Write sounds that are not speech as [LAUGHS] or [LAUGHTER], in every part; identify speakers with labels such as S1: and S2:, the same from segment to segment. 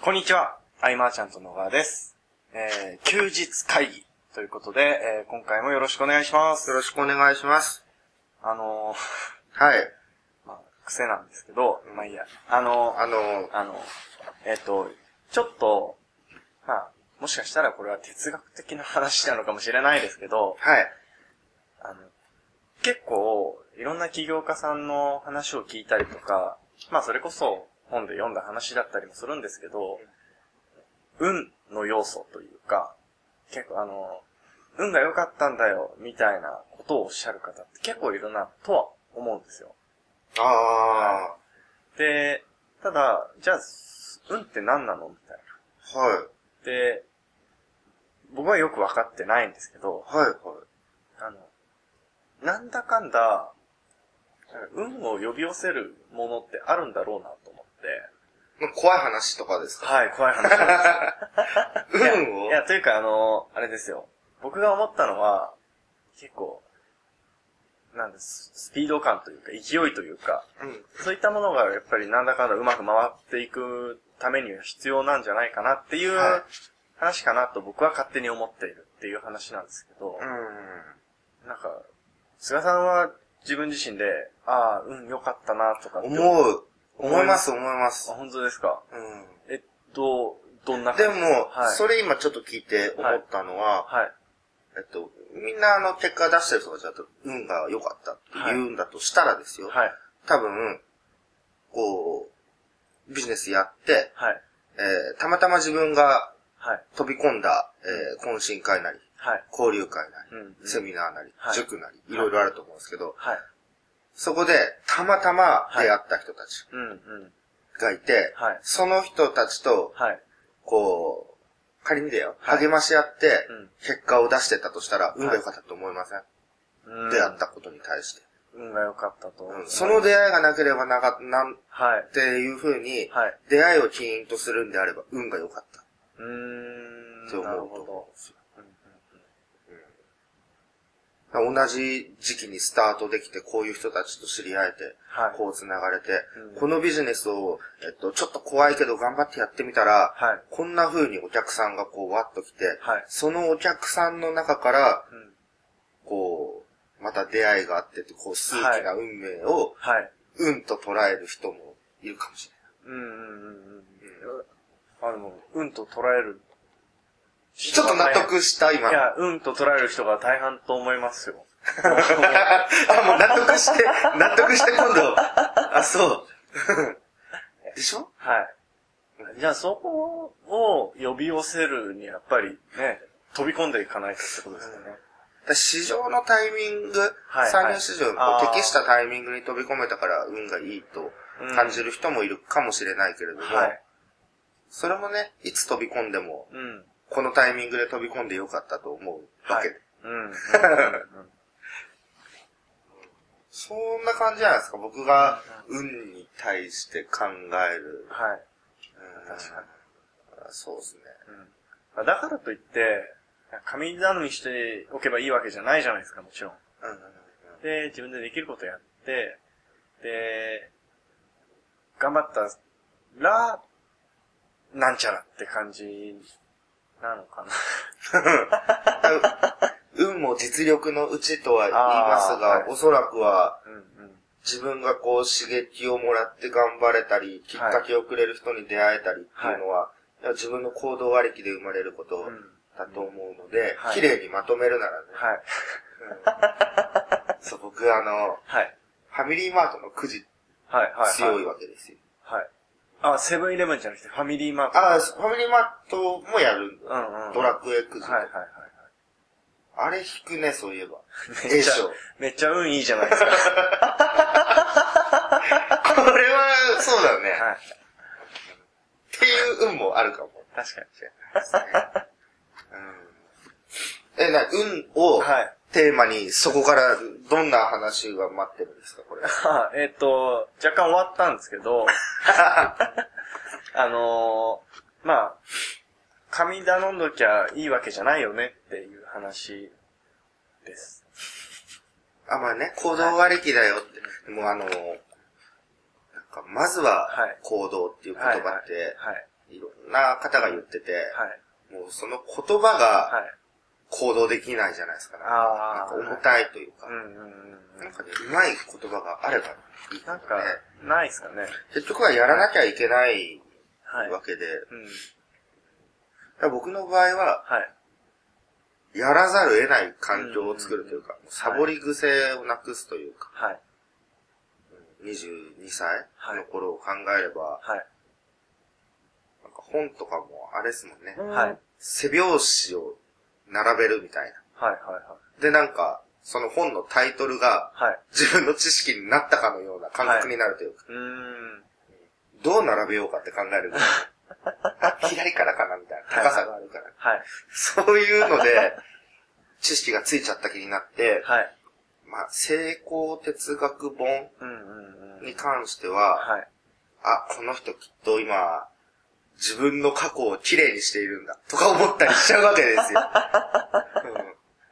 S1: こんにちは。アイマーちゃんと野川です。えー、休日会議ということで、えー、今回もよろしくお願いします。
S2: よろしくお願いします。
S1: あのー、
S2: はい。
S1: まあ、癖なんですけど、まあいいや。あのー、
S2: あの、
S1: あの、えっ、と、ちょっと、まあ、もしかしたらこれは哲学的な話なのかもしれないですけど、
S2: はい。
S1: あの、結構、いろんな起業家さんの話を聞いたりとか、まあそれこそ本で読んだ話だったりもするんですけど、運の要素というか、結構あの、運が良かったんだよ、みたいなことをおっしゃる方って結構いるな、とは思うんですよ。
S2: あ
S1: で、ただ、じゃあ、運って何なのみたい
S2: ー。は
S1: な。で、僕はよくわかってないんですけど、
S2: い。はい、はい。
S1: あの、なんだかんだ、運を呼び寄せるものってあるんだろうなと思って。
S2: まあ怖い話とかですか
S1: はい、怖い話なん
S2: [LAUGHS]
S1: ですよ
S2: 運
S1: い
S2: を
S1: やいや、というかあの、あれですよ。僕が思ったのは、結構、なんです、スピード感というか、勢いというか、
S2: うん。
S1: そういったものがやっぱりなんだかんだうまく回っていくためには必要なんじゃないかなっていう
S2: はい
S1: 話かなと僕は勝手に思っているっていう話なんですけど、なんか、菅さんは自分自身で、ああ、うん、良かったな、とかって
S2: うん。思う。思います、思います
S1: あ、。本当ですか。
S2: うん。
S1: えっと、どんな
S2: で
S1: 感じ
S2: も、
S1: はい、
S2: それ今ちょっと聞いて思ったのは、
S1: はい。
S2: えっと、みんなあの結果出してる人がちゃんと運が良かったって言うんだとしたらですよ。
S1: はい。
S2: 多分、こう、ビジネスやって、
S1: はい。
S2: えーたまたま自分が
S1: はい。
S2: 飛び込んだ、えー懇親会なり、
S1: はい。
S2: 交流会なり、
S1: うん。
S2: セミナーなり、
S1: はい
S2: 塾なり、いろいろあると思うんですけど、
S1: はい。
S2: そこでたまたま出会った人たち
S1: うん、うん。
S2: がいて、
S1: はい
S2: その人たちと、
S1: はい。
S2: こう、仮にだよ、
S1: はい
S2: 励まし合って
S1: うん、
S2: 結果を出してたとしたら、運
S1: は
S2: が
S1: い
S2: 良かったと思いません、
S1: うん
S2: 出会った。ことに対して。
S1: 運が良かったと。
S2: うんその出会いがなければなか、なん
S1: はい。
S2: ていうふうに、
S1: はい。
S2: 出会いを起因とするんであれば、運が良かった
S1: うーん。
S2: って思
S1: なる
S2: うと
S1: ほ
S2: 思うん
S1: ど。
S2: ですよ。
S1: うんうん
S2: だから同じ時期にスタートできて、こういう人たちと知り合えて、
S1: はい。
S2: こう繋がれて、
S1: うん
S2: このビジネスを、えっと、ちょっと怖いけど頑張ってやってみたら、
S1: はい。
S2: こんな風にお客さんがこう、わっと来て、
S1: はい。
S2: そのお客さんの中から、
S1: うん。
S2: こう、また出会いがあってって、こう、数奇な運命を、
S1: はい。
S2: 運と捉える人もいるかもし
S1: うん、うん、うん。うん
S2: れない。
S1: あの、運と捉える。
S2: ちょっと納得した、今
S1: い。
S2: [LAUGHS]
S1: や、うんと捉える人が大半と思いますよ。
S2: あ、もう納得して、納得して今度。
S1: [LAUGHS]
S2: あ、そう。でしょ
S1: はい。じゃあそこを呼び寄せるにやっぱりね、飛び込んでいかないとってことですよね。
S2: だから市場のタイミング、
S1: はい
S2: 参入市場にこう
S1: あー
S2: 適したタイミングに飛び込めたから運がいいと感じる人もいるかもしれないけれども、
S1: はい。
S2: それもね、いつ飛び込んでも、
S1: うん。
S2: このタイミングで飛び込んでよかったと思うわ
S1: はい
S2: け。。
S1: うん。うん
S2: そんな感じじゃないですか、僕が運に対して考える。
S1: はい。
S2: うん
S1: 確か
S2: そうですね。
S1: うん。だからといって、神頼みしておけばいいわけじゃないじゃないですか、もちろん。
S2: うんうん
S1: で、自分でできることやって、で、頑張ったら、なんちゃらって感じなのかな。
S2: 運も実力のうちとは言いますが、
S1: あーはい
S2: おそらくは
S1: うんうん。
S2: 自分がこう刺激をもらって頑張れたり、きっかけをくれる人に出会えたりっていうのは、自分の行動ありきで生まれることだと思うので、
S1: はい
S2: 綺麗にまとめるならね。
S1: はい。
S2: そう、僕あの、
S1: はい。
S2: ファミリーマートのくじ
S1: はい。はい。
S2: 強い
S1: わ。
S2: わけですよ。
S1: はい。あ、セブンイレブンじゃなくてファミリーマート。
S2: ああ、ファミリーマートもやる。
S1: うんうん。
S2: ドラクエくじ。
S1: はいはいはいは
S2: あれ引くね、そういえば。
S1: い。
S2: で
S1: めっ
S2: し
S1: ちゃ
S2: ょ。
S1: めっちゃ運いいじゃないですか。はい。
S2: これは、そうだね。っていう運もあるかも。
S1: 確かに。
S2: うん、え、な、運を、
S1: はい。
S2: テーマに、そこからどんな話が待ってるんですか、これ。
S1: あえっ、と、若干終わったんですけ
S2: [LAUGHS]
S1: ど、あのーまあ、神頼んどきゃいいわけじゃないよねっていう話です。
S2: あ、まあね、行動割り気だよって。もうあの、なんか、まずは
S1: はい、
S2: 行動っていう言葉って、
S1: はい。
S2: いろんな方が言ってて、
S1: はい。
S2: もうその言葉が
S1: はい。
S2: 行動できないじゃないですか、ね。なん
S1: あ
S2: か
S1: ー
S2: 重たいというか、
S1: うんうんうん。
S2: なんかね、うまい言葉があればいいけど
S1: な
S2: ね
S1: んか、ないっすかね。
S2: 結局はやらなきゃいけない
S1: はい。
S2: わけで、
S1: うん。
S2: だから僕の場合は、
S1: はい。
S2: やらざるを得ない環境を作るというか、サボり癖をなくすというか、
S1: はい。
S2: 22歳
S1: はい
S2: の頃を考えれば、
S1: はい。
S2: なんか本とかもあれですもんね。
S1: はい。はい。はい。
S2: 背拍子を並べるみたいな。
S1: は
S2: で、なんか、その本のタイトルが
S1: い。はい。
S2: 自分の知識になったかのような感覚になるという
S1: [LAUGHS]
S2: か、
S1: うーん。
S2: どう並べようかって考えるぐらい。あ、 [LAUGHS] 左からかなみたいな。高さがあるから。
S1: はい。
S2: そういうので、知識がついちゃった気になって、
S1: はい。
S2: まあ、成功哲学本
S1: うんうんうん。
S2: に関しては、
S1: はい。
S2: あ、この人きっと今、自分の過去を綺麗にしているんだ、とか思ったりしちゃうわけ
S1: [LAUGHS]
S2: ですよ。うん、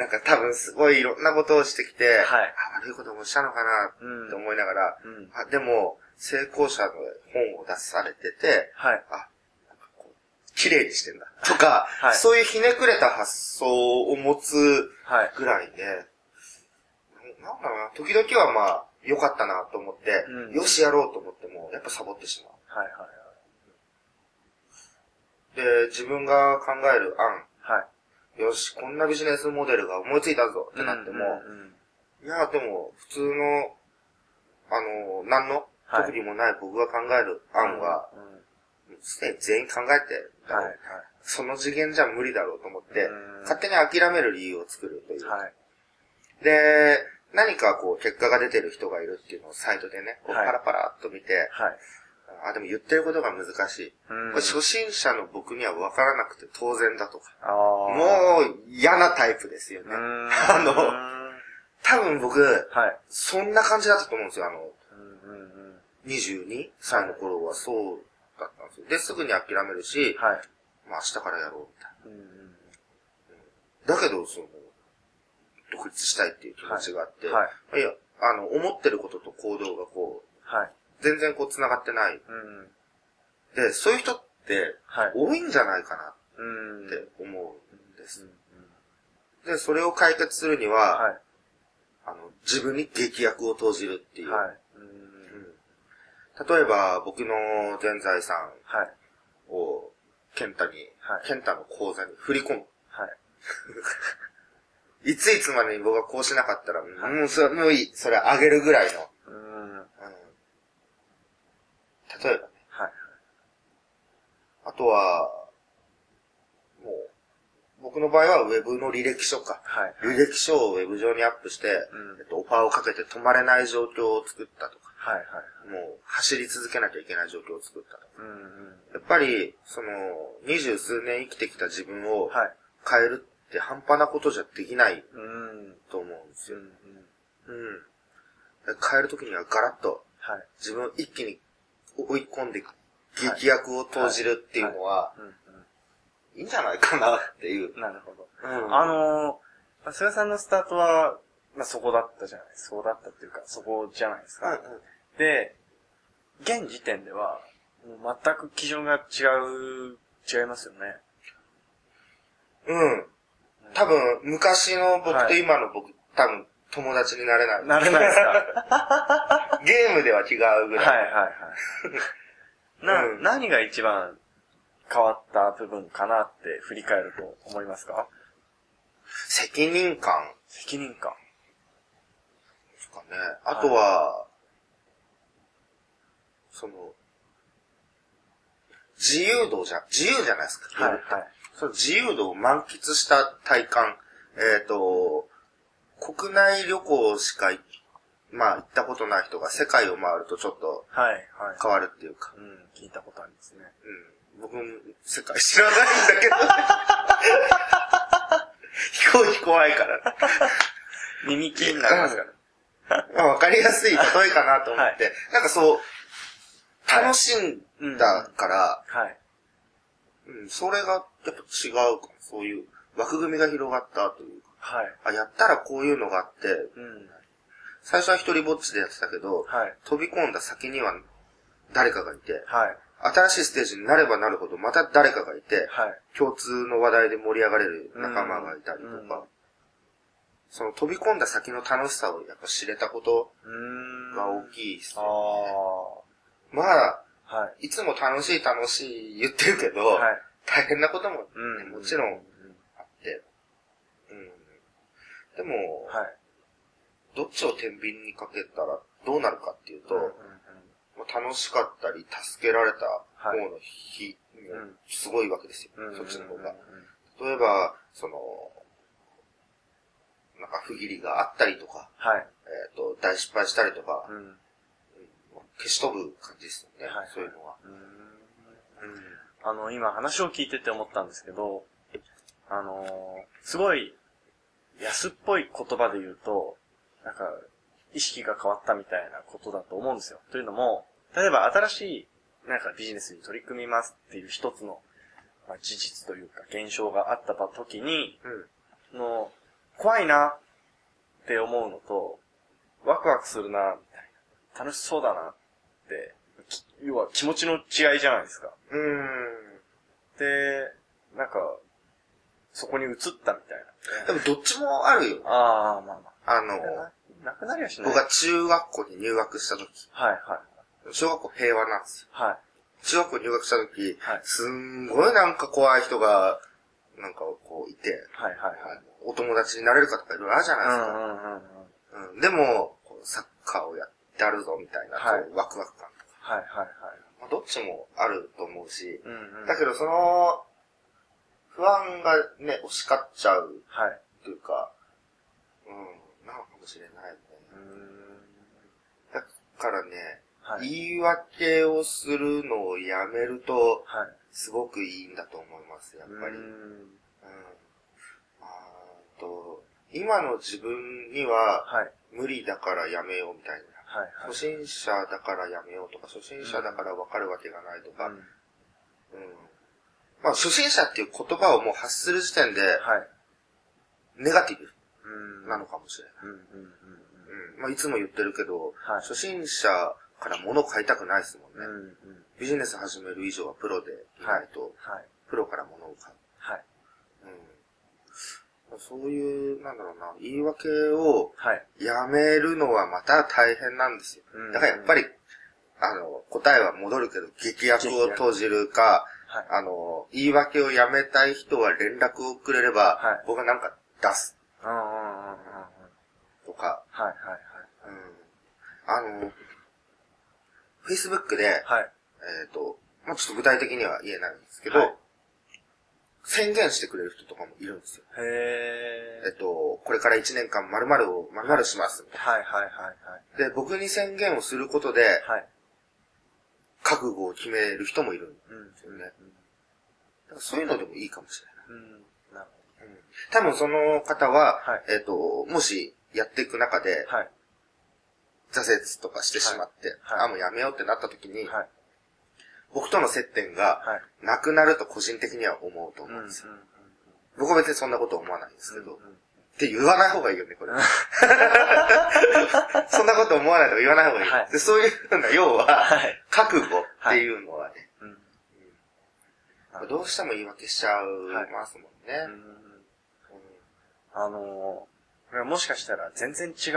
S2: なんか多分すごいいろんなことをしてきて、
S1: はい
S2: あ悪いこともしたのかな
S1: うん。
S2: って思いながら、
S1: うん。
S2: あでも、成功者の本を出されてて、
S1: はい。
S2: あ、なんかこう、綺麗にしてんだ、とか、
S1: はい
S2: そういうひねくれた発想を持つ
S1: はい。
S2: ぐらいで、ななんだろうな、時々はまあ、良かったなと思って、
S1: うん
S2: よしやろうと思っても、やっぱサボってしまう。
S1: はい。
S2: で、自分が考える案、
S1: はい。はい。
S2: よし、こんなビジネスモデルが思いついたぞってなっても、
S1: うんうんうん
S2: いや、でも、普通の、あの、何の
S1: はい
S2: 特技もない僕が考える案は、
S1: うんうん
S2: すでに全員考えてる、
S1: はい。はい。
S2: その次元じゃ無理だろうと思って
S1: うん、
S2: 勝手に諦める理由を作るという。
S1: はい。
S2: で、何かこう、結果が出てる人がいるっていうのをサイトでね、こうパ
S1: はい
S2: ラパラっと見て、
S1: はい。
S2: あ、でも言ってることが難しい。
S1: うん
S2: これ初心者の僕には分からなくて当然だとか。
S1: あも
S2: もう嫌なタイプですよ
S1: う
S2: ね
S1: ー。ん
S2: あの多分僕、
S1: はい。
S2: そんな感じだったと思うんですよ。あの、
S1: うんうんうん
S2: 22歳の頃はそうだったんですよ。で、すぐに諦めるし、
S1: はい。
S2: まあ明日からやろうみたい
S1: うんうん
S2: な。だけど、その、独立したいっていう気持ちがあって、、
S1: はい
S2: や、あの、思ってることと行動がこう、
S1: はい。
S2: 全然こう繋がってない。
S1: うんうん。
S2: で、そういう人って
S1: はい。
S2: 多いんじゃないかな
S1: うん。
S2: って思うんで
S1: う
S2: す
S1: ん。うん
S2: で、それを解決するには、
S1: は
S2: あの、自分に劇薬を投じるってい
S1: い。
S2: う。
S1: はい。う
S2: うんん例えば、僕の全財産
S1: はい。
S2: を、健太に、
S1: はい
S2: 健太の口座に振り込む。
S1: はい。
S2: いついつまでに僕がこうしなかったら、もう、それ、もういい。それあげるぐらいの。
S1: うん。はい。
S2: うん例えばね。あとは、もう、僕の場合はウェブの履歴書か。
S1: はい。
S2: 履歴書をウェブ上にアップして、
S1: うん
S2: えっと、オファーをかけて止まれない状況を作ったとか、
S1: はい。はい。
S2: もう走り続けなきゃいけない状況を作ったとか。
S1: うんうん。
S2: やっぱり、その、二十数年生きてきた自分を
S1: はい。
S2: 変えるって半端なことじゃできない
S1: うん。
S2: と思うんです
S1: うん
S2: よ。
S1: うん。
S2: うん。で変えるときにはガラッと
S1: はい。
S2: 自分を一気に追い込んで劇薬を投じるっていうのは、
S1: うん
S2: いいんじゃないかなっていう
S1: う。ん。なるほど。
S2: うん
S1: あのー、菅さんのスタートは、まあ、そこだったじゃないですか。そうだったっていうか、そこじゃないです
S2: うん
S1: か。で、現時点では、もう全く基準が違う、違いますよね。
S2: うん。うん。多分、昔の僕
S1: は
S2: と
S1: い
S2: 今の僕、多分、友達になれない。
S1: なれないです [LAUGHS] か
S2: ゲームでは違うぐ
S1: はいはい
S2: らい。
S1: はい。な、
S2: うん
S1: 何が一番変わった部分かなって振り返ると思いますか
S2: 責任感
S1: 責任感。
S2: ですかね。あとは、その、自由度じゃ、自由じゃないですか。
S1: はいはい。
S2: その自由度を満喫した体感。えっ、と、国内旅行しかい、まあ行ったことない人が世界を回るとちょっと
S1: はいはい。
S2: 変わるっていうか。
S1: うん、聞いたことありますね。
S2: うん。僕も世界知らないんだ [LAUGHS] けど。飛行機怖いから。
S1: 耳気になり [LAUGHS] ますから。
S2: まあ、わかりやすい例えかなと思って、なんかそう、楽しんだから、
S1: はい。
S2: うん、それがやっぱ違うかもそういう枠組みが広がったというか、
S1: はい。
S2: あ、やったらこういうのがあって、
S1: うん。
S2: 最初は一人ぼっちでやってたけど、
S1: はい。
S2: 飛び込んだ先には誰かがいて、
S1: はい。
S2: あ、新しいステージになればなるほど、また誰かがいて、
S1: はい。
S2: 共通の話題で盛り上がれる仲間がいたりと
S1: うん
S2: か、その飛び込んだ先の楽しさをやっぱ知れたこと
S1: うーん。
S2: が大きいです
S1: あ
S2: ね。
S1: あ。
S2: まあ、
S1: はい。
S2: いつも楽しい楽しい言ってるけど、
S1: はい。
S2: 大変なこともね、
S1: うん。
S2: もちろ
S1: うん
S2: んあって、うん、でも、
S1: はい。
S2: どっちを天秤にかけたらどうなるかっていうと、
S1: うんうん
S2: まあ楽しかったり、助けられた方の日、
S1: うん
S2: すごいわけですよ、
S1: うん。
S2: そっちの方
S1: う
S2: が
S1: ん。
S2: 例えば、その、なんか不義理があったりとか、
S1: はい。
S2: えっ、と、大失敗したりとか、
S1: うん。う
S2: 消し飛ぶ感じですよね、
S1: はい
S2: そういうのは。
S1: ーんあの、今話を聞いてて思ったんですけど、あのーすごい安っぽい言葉で言うと、なんか、意識が変わったみたいなことだと思うんですよ。というのも、例えば新しい、なんかビジネスに取り組みますっていう一つの、まあ、事実というか現象があった時に、
S2: うん。
S1: の、怖いなって思うのと、ワクワクするな、みたいな。楽しそうだなって、き要は気持ちの違いじゃないですか。
S2: うん。
S1: で、なんか、そこに移ったみたい
S2: でもどっちもあるよ。
S1: な。ああ、まあま
S2: あの、
S1: あ。なくなりはしない。
S2: 僕が中学校に入学した時、
S1: はいはい。
S2: 小学校平和なんですよ。
S1: はい。
S2: 中学校入学した時、
S1: はい
S2: すんごいなんか怖い人が、なんかこういて、
S1: はいはい
S2: あ
S1: はい。
S2: のお友達になれるかとかいろいろあるじゃないですか。
S1: うんうんうんうん。
S2: うんでも、こうサッカーをやってあるぞみたいな、
S1: はい
S2: こうワクワク感。
S1: はいはいはい。
S2: まあ、どっちもあると思うし、
S1: うんうん。
S2: だけ
S1: ど、
S2: どその、不安がね、押し勝っちゃう
S1: はい。
S2: というか、うん、なのかもしれないね。
S1: うーん。
S2: だからね、
S1: はい。
S2: 言い訳をするのをやめると、
S1: はい。
S2: すごくいいんだと思います、やっ
S1: う
S2: ぱり。うん。
S1: ん。
S2: あーと、今の自分には
S1: はい。
S2: 無理だからやめようみたいな。
S1: はいはい。
S2: 初心者だからやめようとか、初心者だからわかるわけがないとか、
S1: う
S2: うんん。まあ、初心者っていう言葉をもう発する時点で、
S1: はい。
S2: ネガティブ
S1: うん。
S2: なのかもしれない。
S1: うんうんうん
S2: うん。まあ、いつも言ってるけど、
S1: はい
S2: 初心者から物を買いたくないですもん
S1: うん。
S2: ね。
S1: うんうん。
S2: ビジネス始める以上はプロでいないと、
S1: はい。
S2: プロから物を買う。
S1: はい。
S2: うん。そういう、なんだろうな、言い訳を
S1: はい。
S2: やめるのはまた大変なんですよ。
S1: うん
S2: だからやっぱり、あの、答えは戻るけど、劇薬を閉じるか、
S1: はい。
S2: あの、言い訳をやめたい人は連絡をくれれば、
S1: はい
S2: 僕はなんか出す
S1: うんうんうんうんうん。
S2: とか、
S1: はいはい
S2: うん。あの、Facebook で、
S1: はい。はい。
S2: えっ、と、まあ、ちょっと具体的には言えないんですけど、
S1: はい
S2: 宣言してくれる人とかもいるんですよ。
S1: へ
S2: えっ
S1: ー。
S2: と、これから1年間〇〇を〇〇します。
S1: はいはいはい
S2: で、僕に宣言をすることで、
S1: はい。はい。
S2: 覚悟を決める人もいるんだ
S1: うん。
S2: からそういうのでもいいかもしれ
S1: うん。うん。なる
S2: ない。多分その方は、
S1: はい
S2: えっ、と、もしやっていく中で
S1: ほ、ど。はい。
S2: 挫折とかしてしまって、
S1: はいはい
S2: あ、もうやめようってなった時に、
S1: はい。
S2: 僕との接点が
S1: はい。
S2: なくなると個人的には思うと
S1: う
S2: 思
S1: ん。
S2: う
S1: うんん。
S2: ですよ。僕は別にそんなこと思わないんですけ
S1: う
S2: ど、
S1: んうん
S2: って言わない方がいいよね、これ。 [LAUGHS] そんなこと思わないとか言わない方がいい。
S1: はい
S2: でそういうふうな、要は、
S1: はい。
S2: 覚悟っていうのはね、
S1: うん。
S2: どうしても言い訳しちゃう
S1: はい
S2: ますもんね。
S1: うんあのー、これはもしかしたら全然違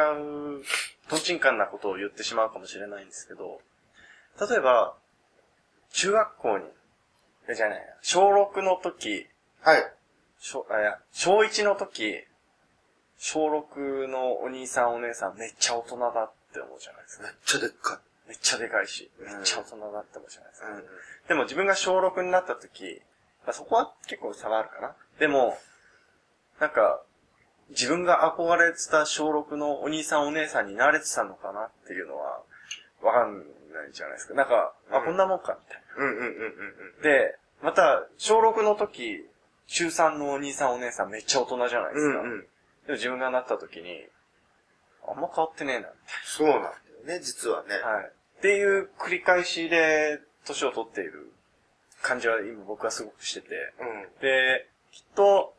S1: う、とんちんかんなことを言ってしまうかもしれないんですけど、例えば、中学校に、えじゃない、小6の時、
S2: はい。
S1: 小、あ、いや、小1の時、小6のお兄さんお姉さんめっちゃ大人だって思うじゃないですか
S2: めっ。ちゃでっか
S1: めっちゃでかいし、
S2: う
S1: め
S2: ん
S1: っちゃ大人だって思うじゃないです
S2: い。
S1: か。でも自分が小6になった時、まあ、そこは結構差はあるかな。でも、なんか、自分が憧れてた小6のお兄さんお姉さんになれてたのかなっていうのは、わかんないじゃないですか。なんか、あ、
S2: うん
S1: こんなもんか、みたい
S2: うんうんうんうんうん。
S1: な。で、また、小6の時、中3のお兄さんお姉さんめっちゃ大人じゃないで
S2: う
S1: すか。
S2: んうん。
S1: でも自分がなった時に、あんま変わってねえな、
S2: そうなんだよね、実はね。
S1: はい。っていう繰り返しで、年を取っている感じは今僕はすごくしてて。
S2: うん。
S1: で、きっと、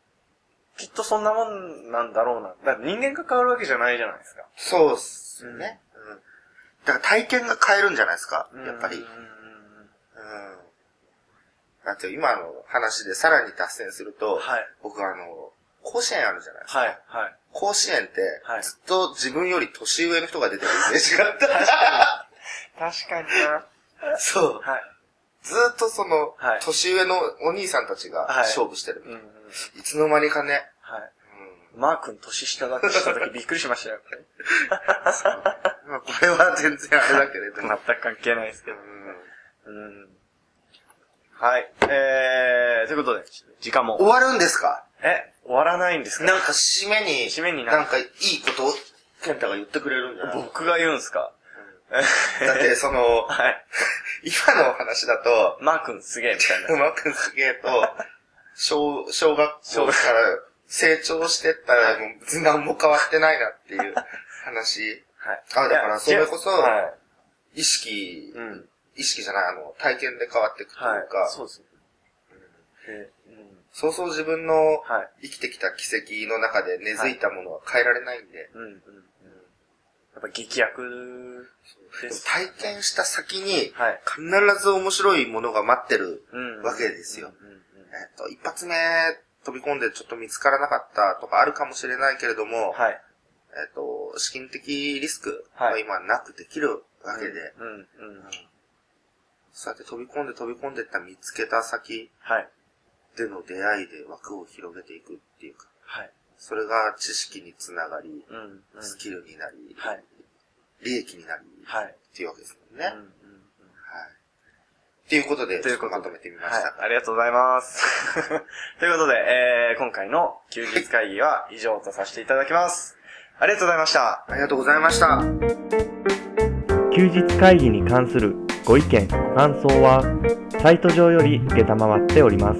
S1: きっとそんなもんなんだろうな。だって人間が変わるわけじゃないじゃないですか。
S2: そうっすよね。うん。だから体験が変えるんじゃないですか、やっぱり。う
S1: うんん。。
S2: あと今の話でさらに達成すると、
S1: はい
S2: 僕あの、甲子園あるじゃないですか。
S1: はい、はい。
S2: 甲子園って
S1: はい、
S2: ずっと自分より年上の人が出てるイメージ
S1: [LAUGHS]
S2: があった。
S1: 確かにな。
S2: そう。
S1: はい。
S2: ずっとその、
S1: はい
S2: 年上のお兄さんたちが
S1: はい
S2: 勝負してるみ
S1: う
S2: たい
S1: ん、うん。
S2: いつの間にかね、
S1: はい。
S2: う
S1: マー君年下だって知った時びっくりしましたよ。
S2: んまあこれは全然あれだけれど
S1: 全
S2: も。
S1: く関係ないですけ
S2: う
S1: ど。
S2: ん
S1: うん。はい。えー、ということで、時間
S2: 終
S1: も。
S2: わるんですか
S1: え、終わらないんですか
S2: なんか締めに、
S1: 締めにな
S2: なんかいいことを、健太が言ってくれるんじゃない
S1: 僕が言うんすか
S2: だってその、
S1: はい。
S2: 今のお話だと、
S1: マー君すげえみたいな。
S2: うまくすげえと、小、小学
S1: 小
S2: 校から
S1: 学
S2: 成長してったら、もう別に何も変わってないなっていう話。
S1: はい。
S2: あだからそれこそ
S1: いやは
S2: 意識
S1: い。、うん。
S2: 意識じゃない、あの、体験で変わっていくと
S1: はいいう
S2: か、。
S1: そうですね。でうん
S2: そうそう自分の
S1: はい。
S2: 生きてきた奇跡の中で根付いたものは変えられないんで、
S1: うん、うん、うん。やっぱ劇薬で
S2: でも
S1: す。
S2: 体験した先に、
S1: はい。
S2: 必ず面白いものが待ってる。
S1: うん
S2: わけですよ。
S1: うんうんうん
S2: えっと、一発目飛び込んでちょっと見つからなかったとかあるかもしれないけれども、
S1: はい。
S2: えっ、と、資金的リスク
S1: は
S2: はい今なくできるわけで、
S1: うん、うんうん。
S2: そうやって飛び込んで飛び込んでった見つけた先
S1: はい。
S2: での出会いで枠を広げていくっていうか、
S1: はい。
S2: それが知識につながり、
S1: うん、うん。
S2: スキルになり、
S1: はい。
S2: 利益になり、
S1: はい。
S2: っていうわけですもんね。
S1: う
S2: は
S1: ん、
S2: い。
S1: うん、うん。
S2: っていうことで、
S1: と
S2: ち
S1: い
S2: ょ
S1: うこ
S2: っ
S1: と
S2: と
S1: で
S2: まとめてみました。
S1: はい、ありがとうございます。 [LAUGHS] ということで、えー、今回の休日会議は以上とさせていただきます。ありがとうございました。
S2: ありがとうございました。
S3: 休日会議に関するご意見ご感想はサイト上より承っております